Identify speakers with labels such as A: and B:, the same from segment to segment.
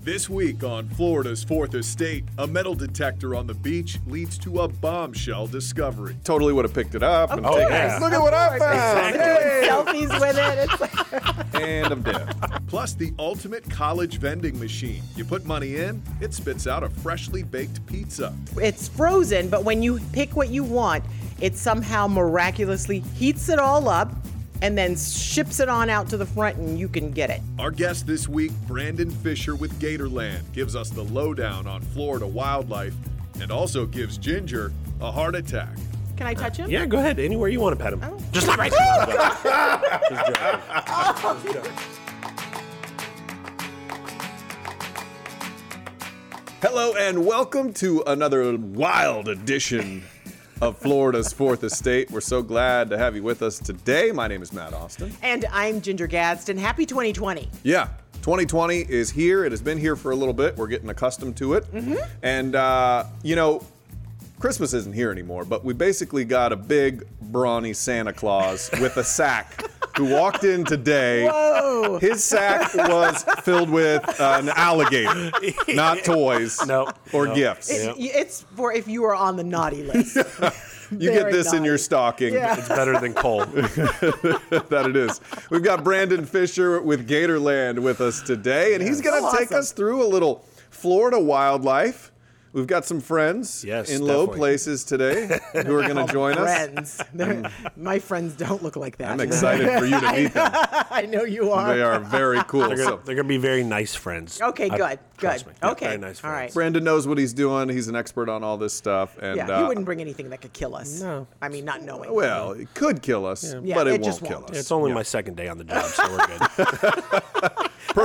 A: This week on Florida's Fourth Estate, a metal detector on the beach leads to a bombshell discovery. Totally would have picked it up and
B: Oh,
C: Of
A: taken
C: course.
A: it. Look at what I found! Hey!
B: Doing selfies with it. It's like,
A: and I'm dead. Plus, the ultimate college vending machine. You put money in, it spits out a freshly baked pizza.
B: it's frozen, but when you pick what you want, it somehow miraculously heats it all up and then ships it on out to the front and you can get it.
A: Our guest this week, Brandon Fisher with Gatorland, gives us the lowdown on Florida wildlife and also gives Ginger a heart attack.
B: Can I touch him?
C: Yeah, go ahead. Anywhere you want to pet him.
B: Oh.
C: Just not right there. Just joking. Just joking.
A: Hello, and welcome to another wild edition of Florida's Fourth Estate. We're so glad to have you with us today. My name is Matt Austin.
B: And I'm Ginger Gadsden. Happy 2020.
A: Yeah. 2020 is here. It has been here for a little bit. We're getting accustomed to it. And, uh, you know, Christmas isn't here anymore, but we basically got a big, brawny Santa Claus with a sack who walked in today. Whoa. His sack was filled with an alligator, not toys
C: Nope.
A: or
C: Nope.
A: gifts.
C: Yeah.
B: It's, it's for if you are on the naughty list.
A: you get
B: very
A: this in your
B: naughty.
A: stocking.
B: Yeah.
C: It's better than coal.
A: that it is. We've got Brandon Fisher with Gatorland with us today, and he's going to
B: Oh,
A: take
B: awesome.
A: us through a little Florida wildlife. We've got some friends
C: Yes,
A: in low
C: definitely.
A: places today who are going to join us.
B: friends. They're- My friends don't look like that.
A: I'm excited for you to meet them.
B: I know you are.
A: They are very cool.
C: They're gonna,
A: So
C: they're gonna be very nice friends.
B: Okay,
C: I-
B: good,
C: trust
B: good.
C: me. Yeah,
B: Okay,
C: very nice
B: all
C: friends.
A: Brandon knows what he's doing. He's an expert on all this stuff, and
B: Yeah,
A: uh,
B: he wouldn't bring anything that could kill us.
C: No.
B: I mean, not knowing.
A: well, it could kill us,
B: Yeah,
A: but it,
B: it
A: won't
B: just
A: kill
B: won't.
A: us.
C: It's only my second day on the job, so we're good.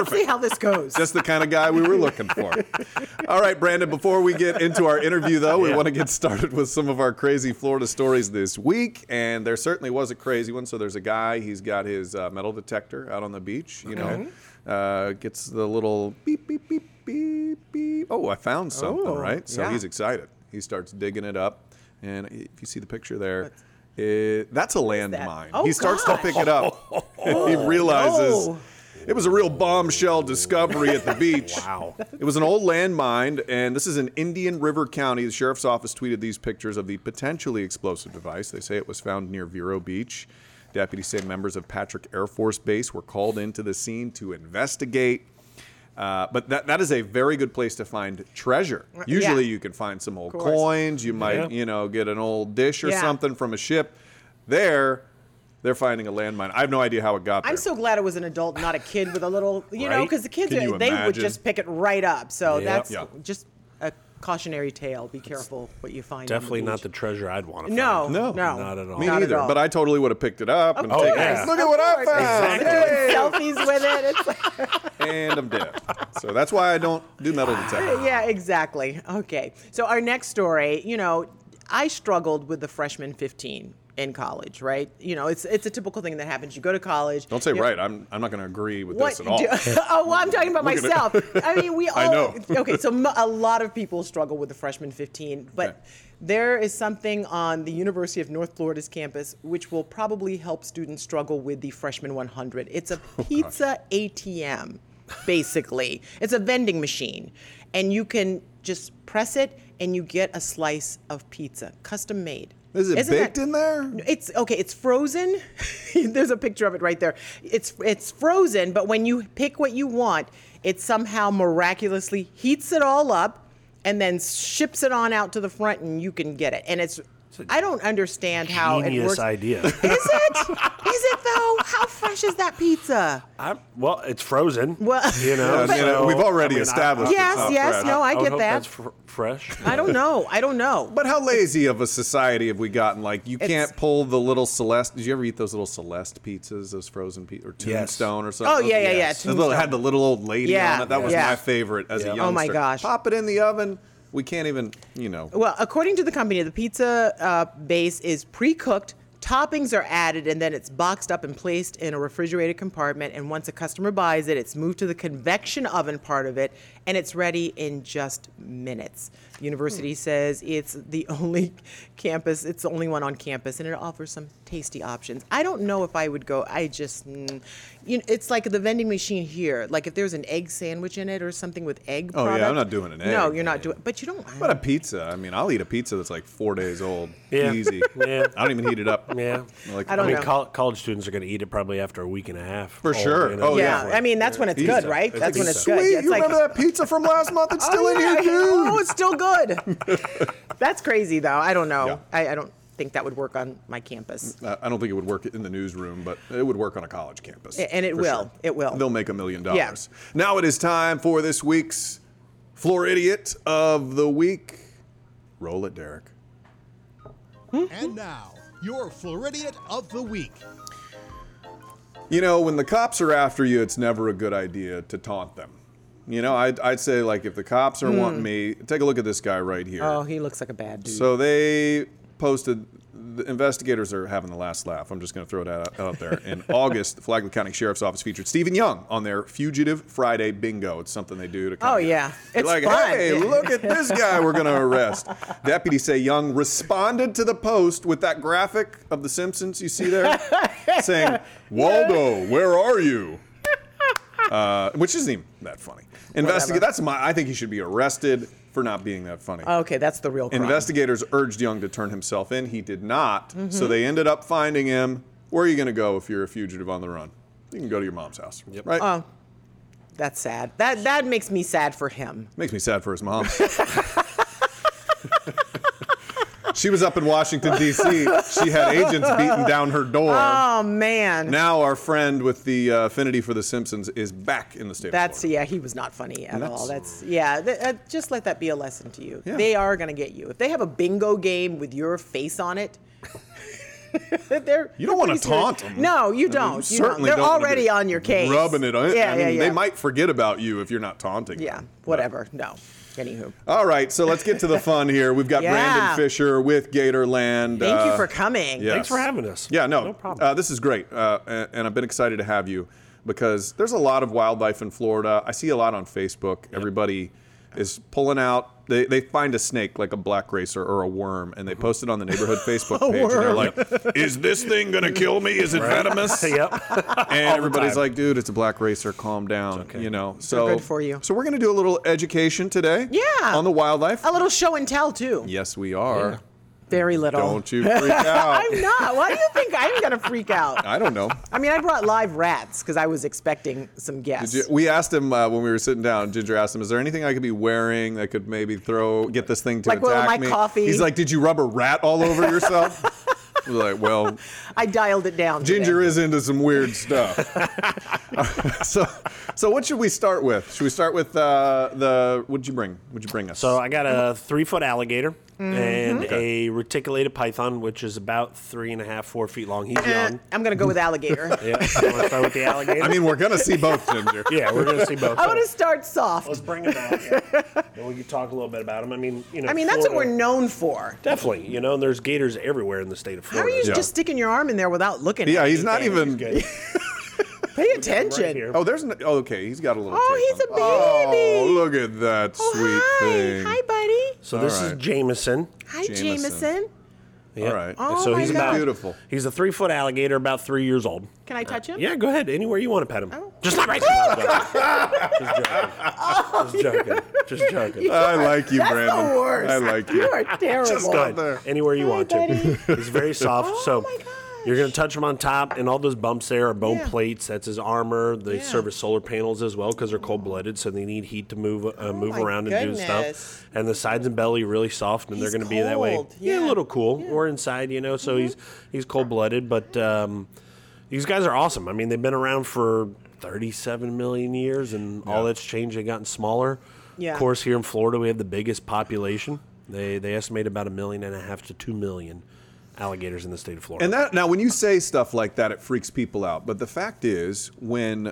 B: see how this goes.
A: That's the kind of guy we were looking for. All right, Brandon, before we get into our interview, though, we
C: Yeah.
A: want to get started with some of our crazy Florida stories this week. And there certainly was a crazy one. So there's a guy, he's got his uh, metal detector out on the beach, you know, uh, gets the little beep, beep, beep, beep, beep. Oh, I found something,
B: Oh,
A: right? So
B: yeah.
A: he's excited. He starts digging it up. And if you see the picture there, it, that's a landmine.
B: Oh,
A: he starts
B: gosh.
A: to
B: Oh,
A: pick it up. and he realizes
B: no.
A: it was a real bombshell discovery at the beach.
C: Wow.
A: It was an old landmine, and this is in Indian River County. The sheriff's office tweeted these pictures of the potentially explosive device. They say it was found near Vero Beach. Deputies say members of Patrick Air Force Base were called into the scene to investigate. Uh, but that, that is a very good place to find treasure. Usually, you can find some old
B: course.
A: coins. You might,
C: Yeah.
A: you know, get an old dish or
B: Yeah.
A: something from a ship. There, they're finding a landmine. I have no idea how it got there.
B: I'm so glad it was an adult, not a kid with a little, you know,
C: Right?
B: because the kids,
A: Can you
B: they would
A: imagine?
B: just pick it right up. So
C: Yep.
B: that's
A: Yeah.
B: just a cautionary tale. Be careful what you find. on
C: Definitely
B: the
C: not the
B: beach.
C: treasure I'd want to.
B: No,
C: find.
B: no,
A: No,
C: not at all.
A: Me
B: Oh, Not at
A: neither.
B: all.
A: But I totally would have picked it up and taken
C: course.
A: it. Look at what I
B: Of course.
A: found.
C: Exactly.
A: Hey!
B: Selfies with it. It's like,
A: and I'm dead. So that's why I don't do metal detector.
B: Ah, yeah, exactly. Okay. So our next story, you know, I struggled with the freshman 15 in college, right? You know, it's it's a typical thing that happens. You go to college.
A: Don't say
B: you're-
A: right. I'm I'm not going to agree with this at
B: you
A: all.
B: do- oh, well, I'm talking about
A: Look at it.
B: myself. I mean, we all.
A: I know.
B: okay, so m- a lot of people struggle with the freshman 15, but
A: Okay.
B: there is something on the University of North Florida's campus which will probably help students struggle with the freshman 100. It's a
A: Oh,
B: pizza ATM, basically. it's a vending machine, and you can just press it and you get a slice of pizza, custom made.
A: Is it
B: Isn't
A: baked
B: that-
A: in there?
B: it's okay. It's frozen. There's a picture of it right there. It's it's frozen, but when you pick what you want, it somehow miraculously heats it all up, and then ships it on out to the front, and you can get it. And it's, I don't understand how it
C: Genius
B: works.
C: idea.
B: Is it? Is it though? How fresh is that pizza?
C: I'm, well, it's frozen.
B: Well-
C: you know,
A: Yeah, I mean,
C: so,
A: we've already
C: I mean, I-
A: established
C: I-
A: it's
B: Yes,
A: not
B: yes,
A: fresh.
B: no, I,
C: I would
B: get
C: hope
B: that.
C: That's fr- fresh.
B: I don't know. I don't know.
A: But how lazy of a society have we gotten? Like you can't
B: It's-
A: pull the little Celeste. Did you ever eat those little Celeste pizzas, those frozen pizzas, or
C: Yes.
A: Tombstone or something?
B: Oh, yeah, yeah, yeah,
A: Those little- had the little old lady
B: Yeah,
A: on it. That was
B: yeah.
A: my favorite as a
C: Yeah.
A: youngster.
C: Oh,
B: my gosh.
A: Pop it in the oven. We can't even, you know.
B: Well, according to the company, the pizza uh, base is pre cooked. Toppings are added and then it's boxed up and placed in a refrigerated compartment. And once a customer buys it, it's moved to the convection oven part of it and it's ready in just minutes.
A: Hmm.
B: The university says it's the only campus, it's the only one on campus, and it offers some tasty options. I don't know if I would go. I just, mm, you know, it's like the vending machine here. Like if there's an egg sandwich in it or something with egg.
A: Oh, yeah, I'm
B: product-
A: not doing an
B: No,
A: egg.
B: you're not doing. But you don't.
A: But a pizza. I mean, I'll eat a pizza that's like four days old.
C: Yeah.
A: Easy.
C: Yeah.
A: I don't even heat it up.
C: Yeah.
A: Like,
B: I
C: I
B: don't
C: mean,
B: know.
C: col- college students are going to eat it probably after a week and a half.
A: For
C: Oh,
A: sure.
C: you
A: Oh,
B: yeah,
A: yeah.
B: I mean that's when it's
A: Pizza.
B: good, right?
C: It's
B: That's when
C: pizza.
B: it's good. Yeah, it's
A: you
B: like,
A: remember that pizza from last month? It's still
B: Oh,
A: in here,
B: yeah.
A: dude.
B: Oh, it's still good. That's crazy, though. I don't know.
A: Yeah.
B: I, I don't think that would work on my campus.
A: I- I don't think it would work in the newsroom, but it would work on a college campus.
B: A- and it
A: for
B: will.
A: sure.
B: It will.
A: They'll make a million dollars. Now it is time for this week's Floor Idiot of the Week. Roll it, Derek.
D: And now, your Floridian of the Week.
A: You know, when the cops are after you, it's never a good idea to taunt them. You know, I'd, I'd say, like, if the cops are wanting me, take a look at this guy right here.
B: Hmm. Oh, he looks like a bad dude.
A: So they posted. The investigators are having the last laugh. I'm just going to throw that out, out there. In August, the Flagler County Sheriff's Office featured Stephen Young on their Fugitive Friday Bingo. It's something they do to. Kind
B: Oh, yeah. It's
A: like,
B: fun.
A: hey,
B: Yeah.
A: look at this guy we're going to arrest. Deputies say Young responded to the post with that graphic of The Simpsons you see there, saying, "Waldo, where are you?" Uh, which isn't even that funny. Investigate. That's my. I think he should be arrested for not being that funny.
B: okay, that's the real crime.
A: Investigators urged Young to turn himself in. He did not.
B: Mm-hmm.
A: So they ended up finding him. Where are you going to go if you're a fugitive on the run? You can go to your mom's house. Right?
B: Oh. That's sad. That that makes me sad for him.
A: Makes me sad for his mom. she was up in Washington, D.C. She had agents beating down her door.
B: Oh man,
A: now our friend with the uh, affinity for The Simpsons is back in the state of
B: that's
A: Florida.
B: yeah. He was not funny at
A: That's-
B: all. That's yeah. th- uh, just let that be a lesson to you.
A: Yeah.
B: They are gonna get you if they have a bingo game with your face on it. they're,
A: You don't want to
B: they're pretty
A: taunt
B: serious.
A: them. I
B: No, you
A: mean,
B: don't. you don't.
A: certainly
B: They're
A: don't wanna be
B: already on your case.
A: Rubbing it on.
B: Yeah,
A: I
B: yeah,
A: mean,
B: yeah.
A: They might forget about you if you're not taunting. them.
B: Yeah, whatever. No. Anywho.
A: All right, so let's get to the fun here. We've got
B: Yeah.
A: Brandon Fisher with Gatorland.
B: Thank
A: uh,
B: you for coming.
A: yeah.
C: Thanks for having us.
A: Yeah, no,
C: No problem.
A: Uh, this is great, uh, and, and I've been excited to have you because there's a lot of wildlife in Florida. I see a lot on Facebook. Everybody is pulling out. They, they find a snake like a black racer or a worm, and they post it on the neighborhood Facebook page. And they're
B: worm.
A: like, "Is this thing gonna kill me? Is it venomous?"
C: yep.
A: and everybody's
C: time.
A: like, "Dude, it's a black racer. Calm down." You know, so
B: good for you.
A: So we're gonna do a little education today.
B: Yeah.
A: on the wildlife.
B: A little show and tell too.
A: Yes, we are.
B: Very little.
A: Don't you freak out.
B: I'm not. Why do you think I'm gonna freak out?
A: I don't know.
B: I mean, I brought live rats because I was expecting some guests.
A: Did you- We asked him uh, when we were sitting down. Ginger asked him, "Is there anything I could be wearing that could maybe throw get this thing to
B: Like, well,
A: attack
B: my
A: me?"
B: coffee.
A: He's like, "Did you rub a rat all over yourself?" I was like, "Well,
B: I dialed it down.
A: Ginger
B: today.
A: is into some weird stuff." so, so what should we start with? Should we start with uh, the what'd you bring? What'd you bring us?
C: So I got a three foot alligator
B: Mm-hmm.
C: and a reticulated python, which is about three and a half, four feet long. He's
B: Eh,
C: young.
B: I'm gonna go with alligator.
C: Yeah. So we'll start with the alligator.
A: I mean, we're gonna see both Ginger.
C: yeah, we're going to see both.
B: I want to start soft.
C: Let's bring him out. Yeah. and we can talk a little bit about him. I mean, you know.
B: I mean, that's what we're
C: Florida-
B: known for.
C: Definitely, you know, and there's gators everywhere in the state of
B: How are
C: Florida.
B: you
A: Yeah.
B: just sticking your arm in there without looking?
A: Yeah,
B: at
A: he's not
B: anything?
A: even.
C: Good.
B: Pay attention.
C: Right here.
A: Oh, there's no, oh, okay. He's got a little.
B: Oh,
A: tape
B: he's a
A: on. Oh,
B: baby.
A: look at that
B: Oh,
A: sweet
B: hi.
A: thing.
B: Hi, buddy.
C: So this
A: All right.
C: is Jameson.
B: Hi,
A: Jameson.
B: Jameson.
C: Yeah.
A: All right.
B: Oh,
C: so
B: my
C: he's
B: God.
C: about
A: Beautiful.
C: He's a three foot alligator, about three years old.
B: Can I touch him?
C: Yeah, go ahead. Anywhere you want to pet him.
B: Oh.
C: Just not right there.
B: Oh,
C: Just joking. Just joking. Just joking.
A: I like you,
B: That's
A: Brandon.
B: the worst.
A: I like
B: You
A: you.
B: are terrible.
C: Go
A: Out
C: ahead.
A: there.
C: Anywhere you
B: Hi,
C: want
B: buddy.
C: to. He's very soft.
B: Oh,
C: so
B: my gosh.
C: you're going to touch him on top, and all those bumps there are bone
B: Yeah.
C: plates. That's his armor. They
B: Yeah.
C: serve as solar panels as well because they're cold blooded, so they need heat to move uh, move
B: Oh my
C: around and do
B: goodness.
C: stuff. And the sides and belly really soft, and
B: He's
C: they're going to be that way.
B: cold.
C: Yeah. a
B: Yeah. Mm-hmm.
C: little cool. We're inside, you know, so he's he's cold blooded, but. Um, these guys are awesome. I mean, they've been around for 37 million years, and all that's changed. They've gotten smaller.
B: Yeah.
C: Of course, here in Florida, we have the biggest population. They they estimate about a million and a half to two million alligators in the state of Florida.
A: And that now, when you say stuff like that, it freaks people out. But the fact is, when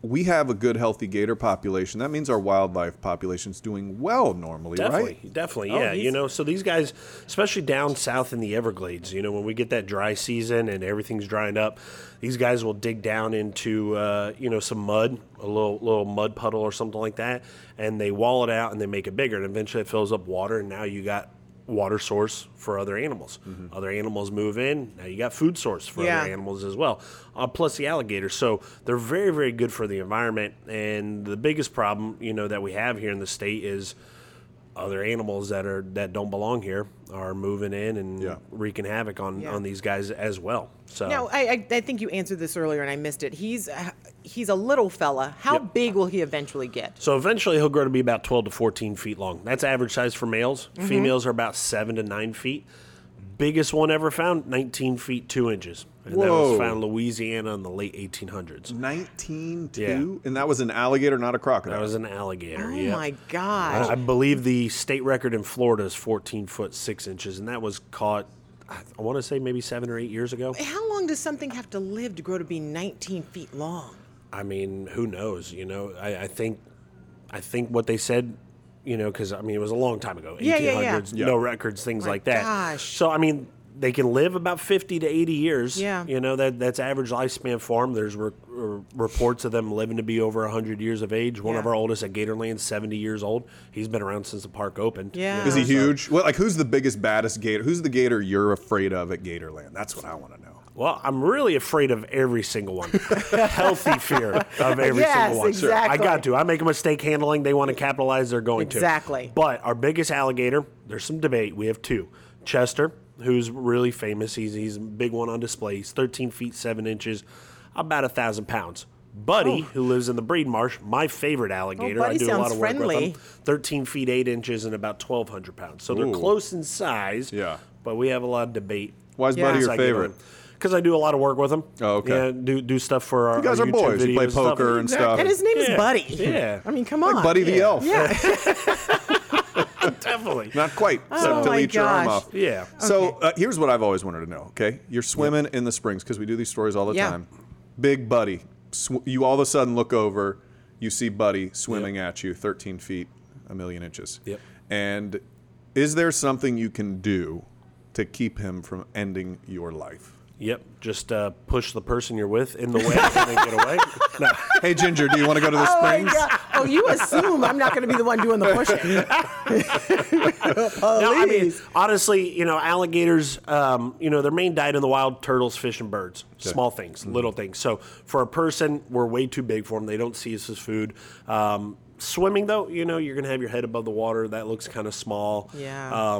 A: we have a good, healthy gator population, that means our wildlife population's doing well normally,
C: Definitely,
A: right?
C: definitely, yeah.
B: he's-
C: You know, so these guys, especially down south in the Everglades, you know, when we get that dry season and everything's drying up, these guys will dig down into uh, you know some mud, a little little mud puddle or something like that, and they wall it out and they make it bigger, and eventually it fills up water, and now you got water source for other animals. Other animals move in. Now you got food source for
B: Yeah.
C: other animals as well, uh, plus the alligators. So they're very, very good for the environment. And the biggest problem, you know, that we have here in the state is other animals that are that don't belong here are moving in and
A: Yeah.
C: wreaking havoc on
B: Yeah.
C: on these guys as well. So
B: Now, I, I, I think you answered this earlier and I missed it. He's uh, he's a little fella. How
C: Yep.
B: big will he eventually get?
C: So eventually he'll grow to be about 12 to 14 feet long. That's average size for males.
B: Mm-hmm.
C: Females are about 7 to 9 feet. Biggest one ever found, 19 feet 2 inches. And that
A: Whoa.
C: was found in Louisiana in the late 1800s.
A: 19 2?
C: Yeah.
A: And that was an alligator, not a crocodile.
C: That was an alligator.
B: Oh
C: yeah.
B: my
C: I I
B: gosh.
C: believe the state record in Florida is 14 foot 6 inches, and that was caught, I want to say maybe seven or eight years ago.
B: How long does something have to live to grow to be 19 feet long?
C: I mean, who knows? You know, I, I think, I think what they said, you know, because I mean, it was a long time ago,
B: Yeah,
C: eighteen
B: yeah, yeah.
C: hundreds,
A: Yeah.
C: no records, things
B: My
C: like that.
B: gosh.
C: So I mean, they can live about fifty to eighty years.
B: Yeah.
C: you know that that's average lifespan for them. There's re- r- reports of them living to be over hundred years of age. One of
B: Yeah.
C: our oldest at Gatorland, seventy years old. He's been around since the park opened. you
B: Yeah.
C: know,
A: Is he
C: so-
A: huge? Well, like, who's the biggest, baddest gator? Who's the gator you're afraid of at Gatorland? That's what I want to know.
C: Well, I'm really afraid of every single one. Healthy fear of every
B: Yes,
C: single one.
B: Sure. exactly.
C: I got to. I make a mistake handling. They want to capitalize. They're going to.
B: Exactly.
C: But our biggest alligator, there's some debate. We have two. Chester, who's really famous. He's, he's a big one on display. He's 13 feet, 7 inches, about a 1,000 pounds. Buddy, who lives in the breed marsh, my favorite alligator. I
B: Oh. Buddy
C: do a lot
B: sounds
C: of work
B: friendly.
C: with him. 13 feet, 8 inches, and about 1,200 pounds. So they're
A: Ooh.
C: close in size.
A: Yeah.
C: But we have a lot of debate
A: Why is
B: Yeah.
A: Buddy
B: It's
A: your favorite?
C: because I do a lot of work with him.
A: Oh, okay.
C: Yeah, do do stuff for our.
A: You guys
C: our
A: are
C: YouTube
A: boys.
C: Videos
A: You play
C: and stuff.
A: poker and stuff.
B: And his name is
C: Yeah.
B: Buddy.
C: Yeah.
B: I mean, come on.
A: Buddy the
B: yeah.
A: elf.
B: Yeah.
C: Definitely.
A: Not quite.
B: Oh
A: till
B: my
A: eat your arm
B: gosh.
A: off.
C: Yeah.
A: So uh, here's what I've always wanted to know. Okay, you're swimming in the springs because we do these stories all the
B: Yeah.
A: time. Big buddy, sw- you all of a sudden look over, you see buddy swimming at you, 13 feet, a million inches.
C: Yep.
A: And is there something you can do to keep him from ending your life?
C: Yep. Just uh, push the person you're with in the way and then get away. No.
A: Hey Ginger, do you want to go to the
B: Oh, my
A: springs?
B: God. oh, you assume I'm not going to be the one doing the pushing.
C: No, I mean,
B: Please.
C: honestly, you know, alligators, um, you know, their main diet in the wild, turtles, fish, and birds. Small things,
A: Mm-hmm.
C: little things. So for a person, we're way too big for them. They don't see us as food. Um, swimming, though, you know, you're going to have your head above the water. That looks kind of small. Um,
B: Yeah.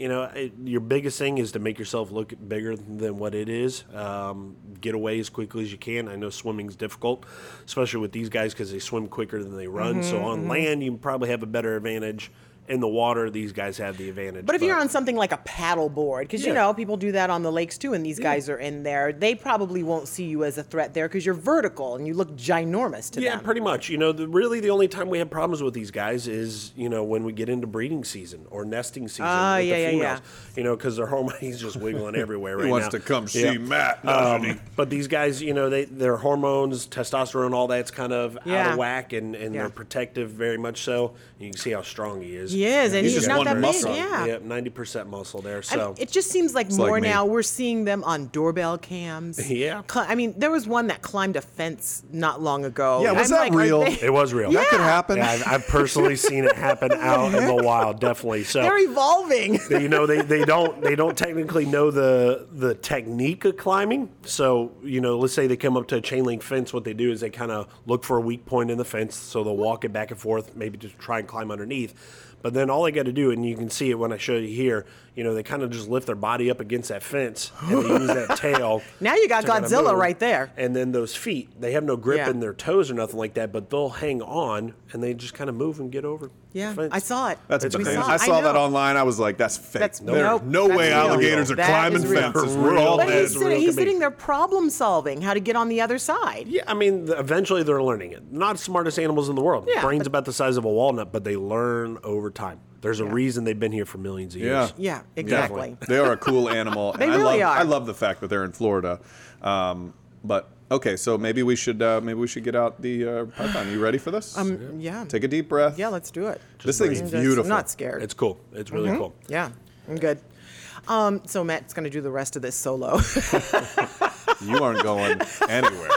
C: you know, it, your biggest thing is to make yourself look bigger than what it is. Um, get away as quickly as you can. I know swimming's difficult, especially with these guys because they swim quicker than they run.
B: Mm-hmm,
C: so on land, you probably have a better advantage. In the water, these guys have the advantage.
B: But if you're on something like a paddle board, because you
C: Yeah.
B: know people do that on the lakes too, and these guys are in there, they probably won't see you as a threat there because you're vertical and you look ginormous to
C: yeah,
B: them.
C: pretty much. You know, the, really the only time we have problems with these guys is you know when we get into breeding season or nesting season
B: Ah,
C: with
B: yeah,
C: the
B: yeah,
C: females.
B: yeah.
C: You know, because their hormones just wiggling everywhere right
A: He wants
C: now.
A: to come see
C: Yeah.
A: Matt, doesn't
C: Um,
A: he?
C: but these guys, you know, they their hormones, testosterone, all that's kind of out
B: Yeah.
C: of whack, and, and
B: Yeah.
C: they're protective very much so. You can see how strong he is.
B: He is, and
A: He's
B: he's,
A: just
B: not
A: one
B: that big.
A: muscle.
B: Yeah.
C: Yep, ninety percent muscle there.
B: I mean,
C: So
B: it just seems like
A: like
B: more
A: me.
B: now we're seeing them on doorbell cams.
C: Yeah.
B: Cl- I mean, there was one that climbed a fence not long ago.
A: Yeah,
B: and
A: was
B: I'm
A: that
B: like, are
A: real?
B: they-
C: it was real.
A: That could happen.
C: Yeah, I've, I've personally seen it happen out in the wild, definitely. So
B: They're evolving.
C: They- you know they, they don't they don't technically know the the technique of climbing so you know let's say they come up to a chain link fence what they do is they kind of look for a weak point in the fence so they'll walk it back and forth maybe to try and climb underneath but then all they got to do and you can see it when i show you here you know they kind of just lift their body up against that fence and they use that tail
B: Now you got
C: to kinda
B: Godzilla
C: move.
B: right there.
C: and then those feet they have no grip
B: Yeah.
C: in their toes or nothing like that but they'll hang on and they just kind of move and get over
B: Yeah,
C: the fence.
B: I saw it.
A: That's
B: We
A: bananas.
B: it.
A: I saw that
B: know.
A: online. I was like, that's fake.
B: That's-
A: There are
B: nope.
A: no
B: That's
A: way
B: real.
A: alligators are
B: That
A: climbing
B: is real.
A: fences. We're all
C: But
B: But
A: dead.
B: he's,
C: real
B: sitting, he's
C: to me.
B: sitting there problem solving how to get on the other side.
C: Yeah, I mean, the, eventually they're learning it. Not smartest animals in the world.
B: Yeah,
C: Brain's
B: but-
C: about the size of a walnut, but they learn over time. There's a reason they've been here for millions of
A: Yeah.
C: years.
B: Yeah, exactly.
A: They are a cool animal.
B: They
A: and I
B: really
A: love,
B: are.
A: I love the fact that they're in Florida. Um, but okay, so maybe we should uh, maybe we should get out the uh, python. You ready for this?
B: Um, yeah.
A: Take a deep breath.
B: Yeah, let's do it.
A: This thing's
B: I'm just
A: beautiful.
B: not scared.
C: It's cool. It's
B: Mm-hmm.
C: really cool.
B: yeah, I'm good. Um, so Matt's going to do the rest of this solo.
A: You aren't going anywhere.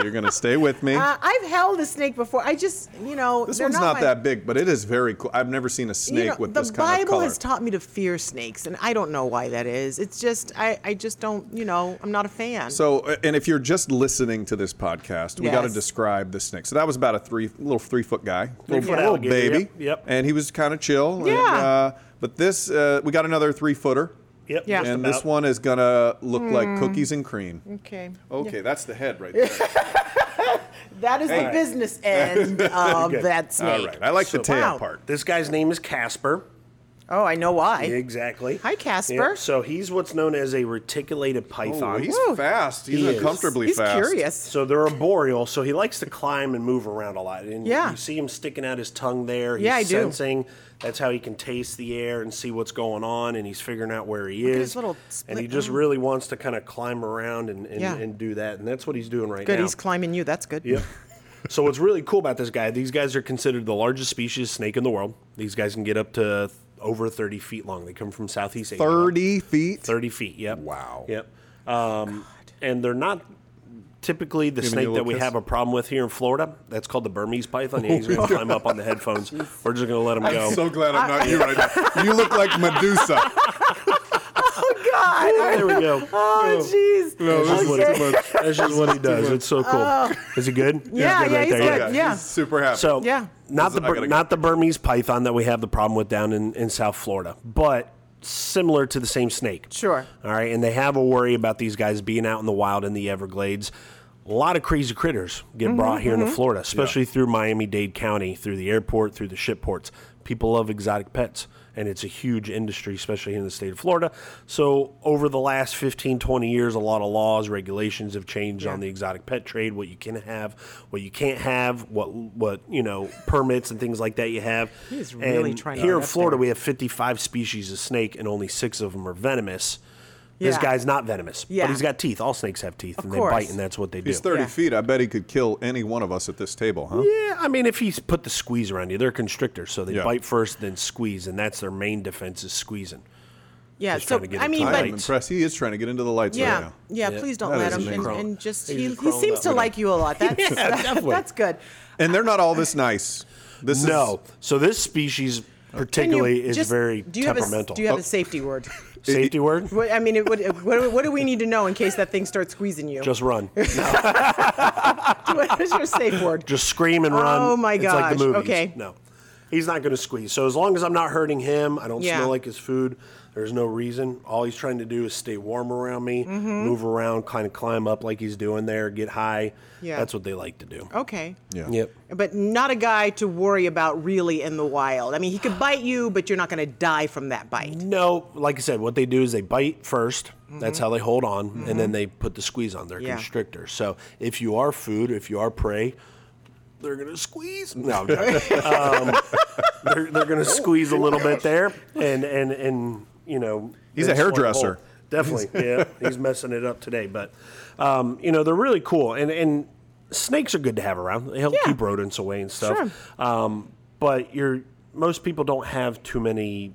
A: You're gonna stay with me.
B: Uh, I've held a snake before. I just, you know,
A: This
B: they're
A: one's not,
B: my-
A: that big, but it is very cool. I've never seen a snake
B: you know,
A: with
B: the
A: this kind
B: Bible
A: of color.
B: has taught me to fear snakes, and I don't know why that is. It's just I, I just don't, you know, I'm not a fan.
A: So, uh, and if you're just listening to this podcast, we got to
B: Yes.
A: describe the snake. So that was about a three little three foot guy, little,
C: Three-foot
A: little
C: alligator,
A: baby,
C: yep, yep.
A: and he was kind of chill. and,
B: Yeah.
A: uh, but this, uh, we got another three footer,
C: Yep.
B: Yeah.
C: just
A: and this
C: about.
A: one is gonna look like cookies and cream.
B: okay,
A: Okay, that's the head right there.
B: that is the
A: Hey.
B: business end of
C: Good.
B: that
A: All
B: snake.
A: right, I like the tail
B: Wow.
A: part.
C: This guy's name is Casper.
B: Oh, I know why.
C: Exactly.
B: Hi, Casper.
C: So he's what's known as a reticulated python.
A: Oh, he's
B: Woo.
A: fast. He's
C: He is.
A: uncomfortably
B: He's
A: fast.
B: curious.
C: So they're arboreal, so he likes to climb and move around a lot. And
B: Yeah.
C: you see him sticking out his tongue there. He's
B: Yeah, I do.
C: sensing. That's how he can taste the air and see what's going on, and he's figuring out where he
B: at
C: is.
B: his little
C: and he
B: split
C: just really wants to kind of climb around and, and,
B: Yeah.
C: and do that. And that's what he's doing right
B: Good,
C: now.
B: he's climbing you. That's good.
C: Yep. so what's really cool about this guy? These guys are considered the largest species of snake in the world. These guys can get up to over 30 feet long. They come from Southeast Asia.
A: Thirty feet.
C: 30 feet. Yep.
A: Wow.
C: Yep. Um, and they're not typically the
A: me a
C: snake that
A: little
C: we
A: kiss.
C: have a problem with here in Florida. That's called the Burmese python. Yeah, he's going to climb up on the headphones. We're just going to let him go.
A: I'm so glad I'm not you right now. You look like Medusa.
B: God.
C: there we go.
B: Oh, jeez.
A: No, this is
C: That's
A: too
C: just
A: much.
C: what, that's just what he does. It's so cool. Is he good?
B: Oh. Yeah, yeah, he's good.
C: go.
A: Yeah,
B: Yeah.
A: he's super happy.
C: So
B: Yeah.
C: not the
A: I gotta
C: Bur-
A: go.
C: not the Burmese python that we have the problem with down in, in South Florida, but similar to the same snake.
B: Sure.
C: All right, and they have a worry about these guys being out in the wild in the Everglades. A lot of crazy critters get
B: Mm-hmm,
C: brought here into Florida, especially through Miami Dade County, through the airport, through the ship ports. People love exotic pets, and it's a huge industry, especially in the state of Florida. So, over the last 15, 20 years, a lot of laws, regulations have changed on the exotic pet trade what you can have, what you can't have, what, what you know, permits and things like that you have.
B: He's really
C: And
B: trying to
C: Here
B: get
C: in
B: up
C: Florida,
B: there.
C: we have 55 species of snake, and only six of them are venomous. This
B: Yeah.
C: guy's not venomous,
B: Yeah.
C: but he's got teeth. All snakes have teeth, and
B: course.
C: they bite, and that's what they do.
A: He's 30
B: Yeah.
A: feet. I bet he could kill any one of us at this table, huh?
C: yeah, I mean, if he's put the squeeze around you, they're constrictors, so they
A: Yeah.
C: bite first, then squeeze, and that's their main defense is squeezing.
B: Yeah.
C: Just
B: So
C: trying to get
B: I
C: it
B: mean,
C: tight.
A: I am
B: but
A: impressed. He is trying to get into the lights
B: yeah,
A: right now.
B: yeah,
C: Yeah.
B: Please don't
A: That
B: let
A: is
B: him. And,
A: amazing.
B: and just
C: He's
B: he,
C: just
B: he
C: crawling
B: seems
C: up.
B: to like you a lot. That's
C: definitely.
B: that's good.
A: And they're not all this nice. This
C: No, so this species
B: Can you
C: particularly is
B: just-
C: very
B: do you have a s-
C: temperamental.
B: do you have a safety word?
C: Safety word?
B: What, I mean, it would, what, do- what do we need to know in case that thing starts squeezing you?
C: Just run.
B: what is your safe word?
C: Just scream and run.
B: Oh, my
C: it's like the
B: gosh.
C: movies.
B: Okay.
C: No, he's not going to squeeze. So as long as I'm not hurting him, I don't
B: Yeah.
C: smell like his food. There's no reason. All he's trying to do is stay warm around me,
B: Mm-hmm.
C: move around, kind of climb up like he's doing there, get high.
B: Yeah. Oh.
C: That's what they like to do.
B: Okay.
A: is. Yeah.
C: Yep.
B: But not a guy to worry about really in the wild. I mean, he could bite you, but you're not going to die from that bite.
C: No, like I said, what they do is they bite 1st That's how they hold on, and then they put the squeeze on. They're
B: Mm-hmm. Yeah.
C: constrictors. So if you are food, if you are prey, they're gonna squeeze. No, I'm joking. um, they're, they're gonna squeeze a little bit there, and and and you know
A: He's a
C: it's like, oh,
A: hairdresser.
C: Definitely, yeah. He's messing it up today, but um, you know they're really cool, and and snakes are good to have around. They help
B: Yeah.
C: keep rodents away and stuff.
B: Sure.
C: Um, but you're most people don't have too many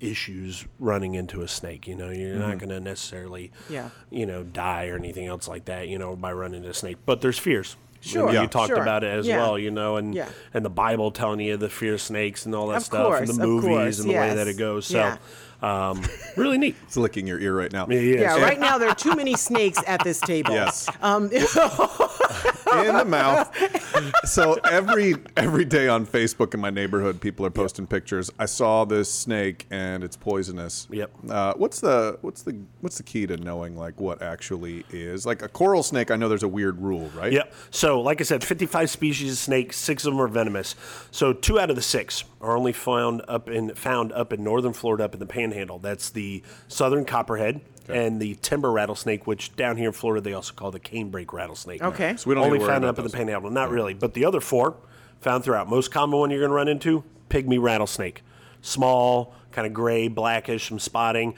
C: issues running into a snake. You know, you're not going to necessarily,
B: Mm-hmm. Yeah.
C: you know, die or anything else like that. You know, by running into a snake. But there's fears. And
B: Sure,
C: you talked
B: sure.
C: about it as
B: Yeah.
C: well. You know, and
B: Yeah.
C: and the Bible telling you the fear of snakes and all that
B: Of
C: stuff,
B: course,
C: and the
B: of
C: movies
B: course,
C: and the way that
B: yes.
C: it goes. So,
B: Yeah.
C: um, really neat.
A: It's licking your ear right now.
C: is.
B: Yeah, right now there are too many snakes at this table.
A: Yes.
B: Um,
A: in the mouth. So every every day on Facebook in my neighborhood, people are posting pictures. I saw this snake and it's poisonous.
C: Yep.
A: Uh, what's the what's the what's the key to knowing like what actually is like a coral snake? I know there's a weird rule, right?
C: Yep. So, like I said, 55 species of snakes. Six of them are venomous. So, two out of the six are only found up in found up in northern Florida, up in the Panhandle. That's the southern copperhead and the timber rattlesnake, which down here in Florida they also call the canebrake rattlesnake.
B: Okay. So
A: we don't need
C: only
A: to worry
C: found
A: about
C: up in the
A: those.
C: Panhandle. Not really, but the other four found throughout. Most common one you're going to run into: pygmy rattlesnake. Small, kind of gray, blackish, some spotting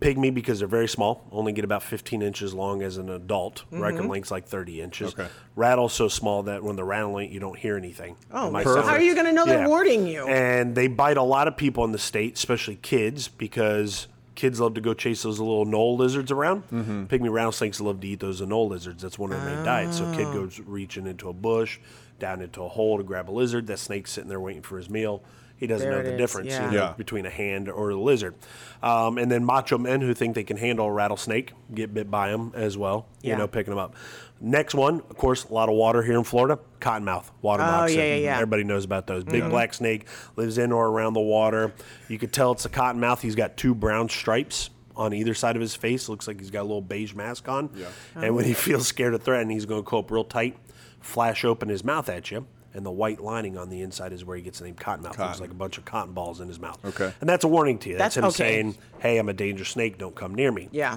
C: pygmy because they're very small, only get about 15 inches long as an adult. Reckon length's like 30 inches.
A: Okay.
C: Rattle so small that when they're rattling, you don't hear anything.
B: Oh,
C: It might
B: so
C: sound-
B: how are you gonna know they're warding you?
C: And they bite a lot of people in the state, especially kids, because Kids love to go chase those little knoll lizards around. Pygmy rattlesnakes love to eat those knoll lizards. That's one of their main diets. So kid goes reaching into a bush, down into a hole to grab a lizard. That snake's sitting there waiting for his meal. He doesn't
B: There
C: know
B: it
C: the
B: is,
C: difference you
B: yeah.
C: know,
A: Yeah.
C: between a hand or a lizard. Um, and then macho men who think they can handle a rattlesnake get bit by them as well. You
B: Yeah.
C: know, picking them up. Next one, of course, a lot of water here in Florida. Cottonmouth, water
B: Oh,
C: moccasin.
B: yeah, yeah, yeah.
C: Everybody knows about those.
A: Mm-hmm.
C: Big black snake lives in or around the water. You could tell it's a cottonmouth. He's got two brown stripes on either side of his face. Looks like he's got a little beige mask on. Yeah. And when he feels scared or threatened, he's going to go up real tight, flash open his mouth at you. And the white lining on the inside is where he gets the name cottonmouth. There's
A: Cotton.
C: like a bunch of cotton balls in his mouth.
A: Okay.
C: And that's a warning to you. That's,
B: That's
C: him
B: okay.
C: saying, hey, I'm a dangerous snake. Don't come near me.
B: Yeah.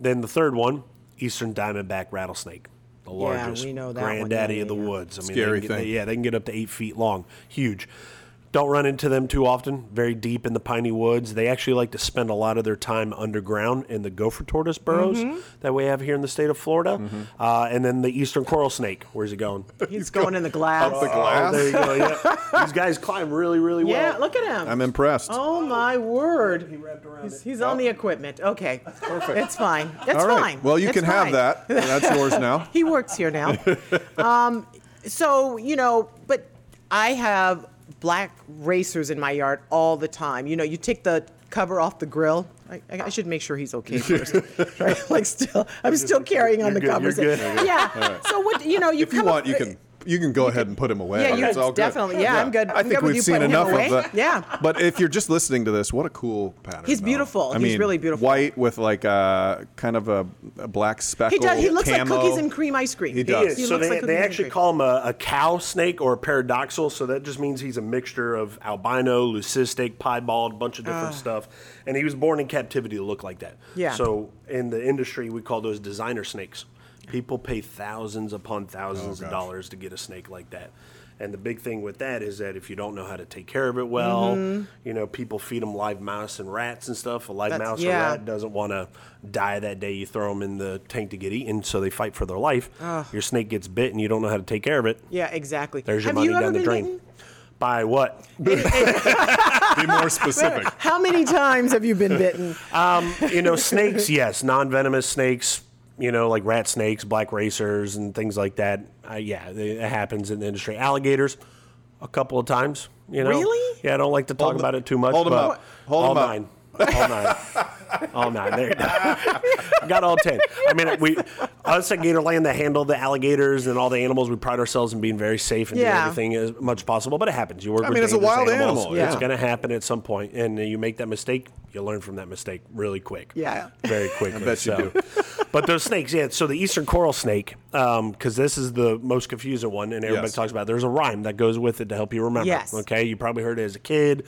C: Then the third one, Eastern Diamondback Rattlesnake, the largest
B: we know that one. Yeah,
C: granddaddy
B: yeah,
C: of the
B: yeah.
C: woods. I mean,
A: Scary
C: they can get,
A: thing.
C: yeah, they can get up to eight feet long, huge. Don't run into them too often. Very deep in the piney woods. They actually like to spend a lot of their time underground in the gopher tortoise burrows
B: Mm-hmm.
C: that we have here in the state of Florida.
A: Mm-hmm.
C: Uh, and then the eastern coral snake. Where's he going? Oh,
B: He's, going, in the glass.
A: Up the glass.
C: there you go. Yeah, these guys climb really, really well.
B: Yeah, look at him.
A: I'm impressed.
B: Oh my word. He
C: wrapped around
B: he's
C: it.
B: he's on the equipment. Okay. Perfect. It's fine. It's
A: All right.
B: fine.
A: Well, you
B: It's
A: can have
B: fine.
A: that. That's yours now.
B: He works here now. um, so, you know, but I have black racers in my yard all the time. You know, you take the cover off the grill. I, I should make sure he's okay first. right? Like still I'm still carrying on
C: You're
B: the
C: good, you're
B: conversation.
C: good.
B: Yeah. So what you know, you
A: If you
B: come up-
A: want, you can you can go ahead and put him away.
B: Yeah, you
A: It's all good.
B: definitely- yeah, I'm good.
A: I
B: I'm
A: think
B: good with
A: we've
B: you
A: seen
B: putting him
A: enough
B: away.
A: of that.
B: Yeah.
A: But if you're just listening to this, what a cool pattern.
B: He's
A: though. I
B: beautiful. He's
A: mean,
B: really beautiful.
A: White with like a kind of a, a black speckle.
B: He does he looks like
A: camo.
B: cookies and cream ice cream.
A: He
C: He
A: does.
C: is.
B: He
C: so
B: looks
C: they,
B: like a
C: they
B: green
C: actually
B: grape.
C: call him a, a cow snake or a paradoxal. So that just means he's a mixture of albino, leucistic, piebald, bunch of different stuff. And he was born in captivity to look like that.
B: Ah. Yeah.
C: So in the industry, we call those designer snakes. People pay thousands upon thousands
A: Oh, gosh.
C: of dollars to get a snake like that. And the big thing with that is that if you don't know how to take care of it well,
B: Mm-hmm.
C: you know, people feed them live mouse and rats and stuff. A live
B: That's-
C: mouse or
B: yeah.
C: rat doesn't want to die that day. You throw them in the tank to get eaten, so they fight for their life. Your snake gets bit, and you don't know how to take care of it.
B: Yeah, exactly.
C: There's your
B: Have
C: money
B: you ever
C: down the
B: been
C: drain.
B: bitten?
C: By what?
A: Be more specific.
B: How many times have you been bitten?
C: Um, you know, snakes. Yes, non-venomous snakes. You know, like rat snakes, black racers, and things like that. Uh, yeah, they- it happens in the industry. Alligators, a couple of times. You know.
B: Really?
C: Yeah, I don't like to talk
A: Hold 'em-
C: about it too much.
A: hold 'em
C: but
A: up. Hold
C: all
A: 'em up.
C: nine. All nine. all nine. There you go. Got all ten. I mean, we us at Gatorland that handle the alligators and all the animals. We pride ourselves in being very safe and
B: Yeah.
C: do everything as much as possible. But it happens. You work.
A: I
C: with
A: mean, it's a
C: dangerous
A: wild
C: animals.
A: animal.
C: It's
B: Yeah.
C: gonna happen at some point, and you make that mistake, you learn from that mistake really quick.
B: Yeah.
C: very quickly.
A: bet you
C: so.
A: do.
C: but those snakes, yeah. So the eastern coral snake, because this is the most confusing one, and everybody
A: Yes.
C: talks about. it. There's a rhyme that goes with it to help you remember.
B: Yes.
C: Okay, you probably heard it as a kid,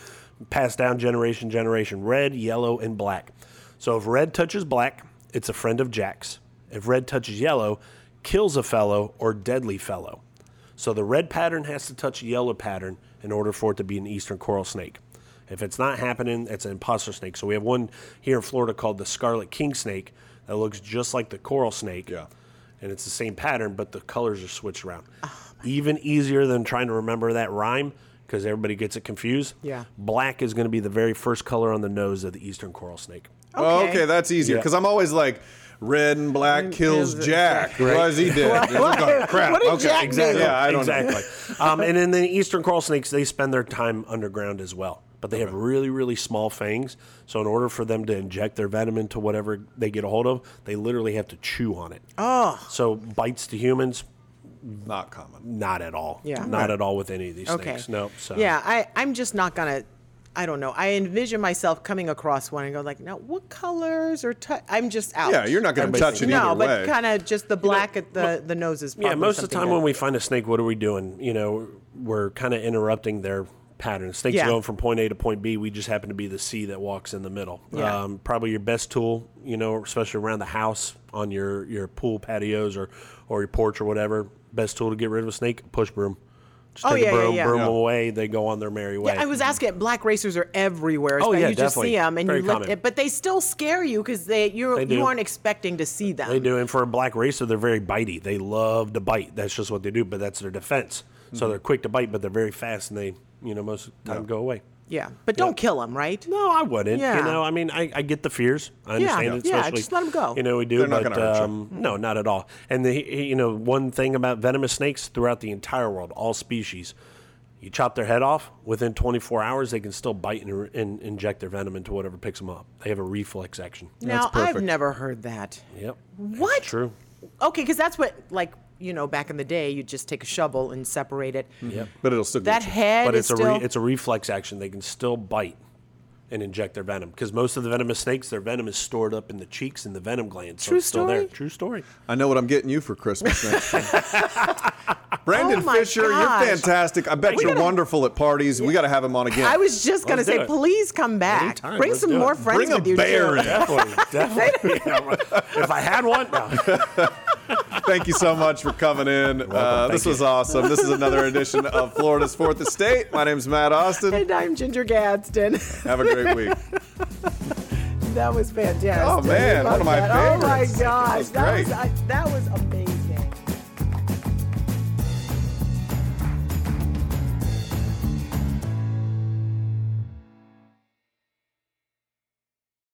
C: passed down generation generation. Red, yellow, and black. So if red touches black, it's a friend of Jack's. If red touches yellow, kills a fellow or deadly fellow. So the red pattern has to touch the yellow pattern in order for it to be an eastern coral snake. If it's not happening, it's an imposter snake. So we have one here in Florida called the scarlet king snake that looks just like the coral snake.
A: Yeah.
C: And it's the same pattern, but the colors are switched around.
B: Oh
C: Even easier than trying to remember that rhyme because everybody gets it confused.
B: Yeah.
C: Black is going to be the very first color on the nose of the eastern coral snake.
A: Oh,
B: Okay.
A: okay, that's easier
C: Yeah.
A: because I'm always like, red and black kills
B: kills
A: Jack.
B: Jack,
A: Why is he dead? We're going, oh, crap.
B: What did
A: okay.
B: Jack do?
A: exactly. Yeah, I don't know.
C: exactly. um, and then the eastern coral snakes, they spend their time underground as well, but they have really, really small fangs. So in order for them to inject their venom into whatever they get a hold of, they literally have to chew on it. Oh. So bites to humans,
A: Not common.
C: not at all.
B: Yeah.
C: Not at all with any of these snakes. No. So
B: Yeah, I, I'm just not gonna. I don't know. I envision myself coming across one and go like, "Now, what colors or t-? I'm just out."
A: Yeah, you're not gonna
B: I'm
A: touch
B: just-
A: it
B: No,
A: either
B: but
A: way.
B: kind of just the black at the the nose is.
C: Yeah,
B: probably
C: most of the
B: something
C: time
B: good.
C: when we find a snake, what are we doing? You know, we're kind of interrupting their pattern. Snakes
B: Yeah.
C: are going from point A to point B. We just happen to be the C that walks in the middle.
B: Yeah.
C: Um, probably your best tool, you know, especially around the house on your, your pool patios or, or your porch or whatever. Best tool to get rid of a snake, push broom. Just
B: Oh,
C: take
B: yeah,
C: a
B: yeah,
C: broom,
B: yeah.
C: broom
A: Yeah.
C: them away. They go on their merry way.
B: Yeah, I was asking. Black racers are everywhere.
C: Oh,
B: but
C: yeah,
B: you just
C: definitely.
B: see them and
C: Very
B: you lift
C: common.
B: it, but they still scare you because they you're
C: They do.
B: you aren't expecting to see them.
C: They do, and for a black racer, they're very bitey. They love to bite. That's just what they do, but that's their defense. So they're quick to bite, but they're very fast, and they, you know, most of the time go away.
B: Yeah, but don't kill him, right?
C: No, I wouldn't.
B: Yeah.
C: You know, I mean, I, I get the fears. I
B: Yeah,
C: understand it.
B: yeah,
C: Especially,
B: just let 'em go.
C: You know, we do.
A: They're not
C: but,
A: gonna hurt you.
C: um, No, not at all. And the, he- you know, one thing about venomous snakes throughout the entire world, all species, you chop their head off within 24 hours, they can still bite and, and inject their venom into whatever picks them up. They have a reflex action.
B: Now I've
A: perfect.
B: never heard that.
C: Yep.
B: What?
C: It's true.
B: Okay, because that's what like you know back in the day you just take a shovel and separate it.
C: Yep.
A: But it'll still
B: That
A: get you.
B: head
C: but
B: is
C: Mm-hmm. it's a
B: still.
C: re, it's a reflex action. They can still bite and inject their venom because most of the venomous snakes, their venom is stored up in the cheeks and the venom glands. so
B: True
C: it's still there.
B: story?
C: True story.
A: I know what I'm getting you for Christmas next year. Brandon
B: Oh my
A: Fisher,
B: gosh.
A: you're fantastic. I bet you're wonderful at parties. We got to have him on again.
B: I was just gonna
C: Let's
B: say,
C: do it.
B: please come back.
C: Anytime,
B: Bring
C: let's
B: some
C: do it.
B: more friends
A: Bring a
B: with you.
A: bear
B: too.
A: in.
C: Definitely, definitely. if I had one, no.
A: Thank you so much for coming in. Uh,
C: Thank
A: this
C: you.
A: was awesome. This is another edition of Florida's Fourth Estate. My name's Matt Austin.
B: And I'm Ginger Gadsden.
A: Have a great week.
B: that was fantastic.
A: Oh, man,
B: I
A: one of
B: love
A: my
B: that. Oh my
A: favorites.
B: gosh,
A: That was
B: that was, I, that was amazing.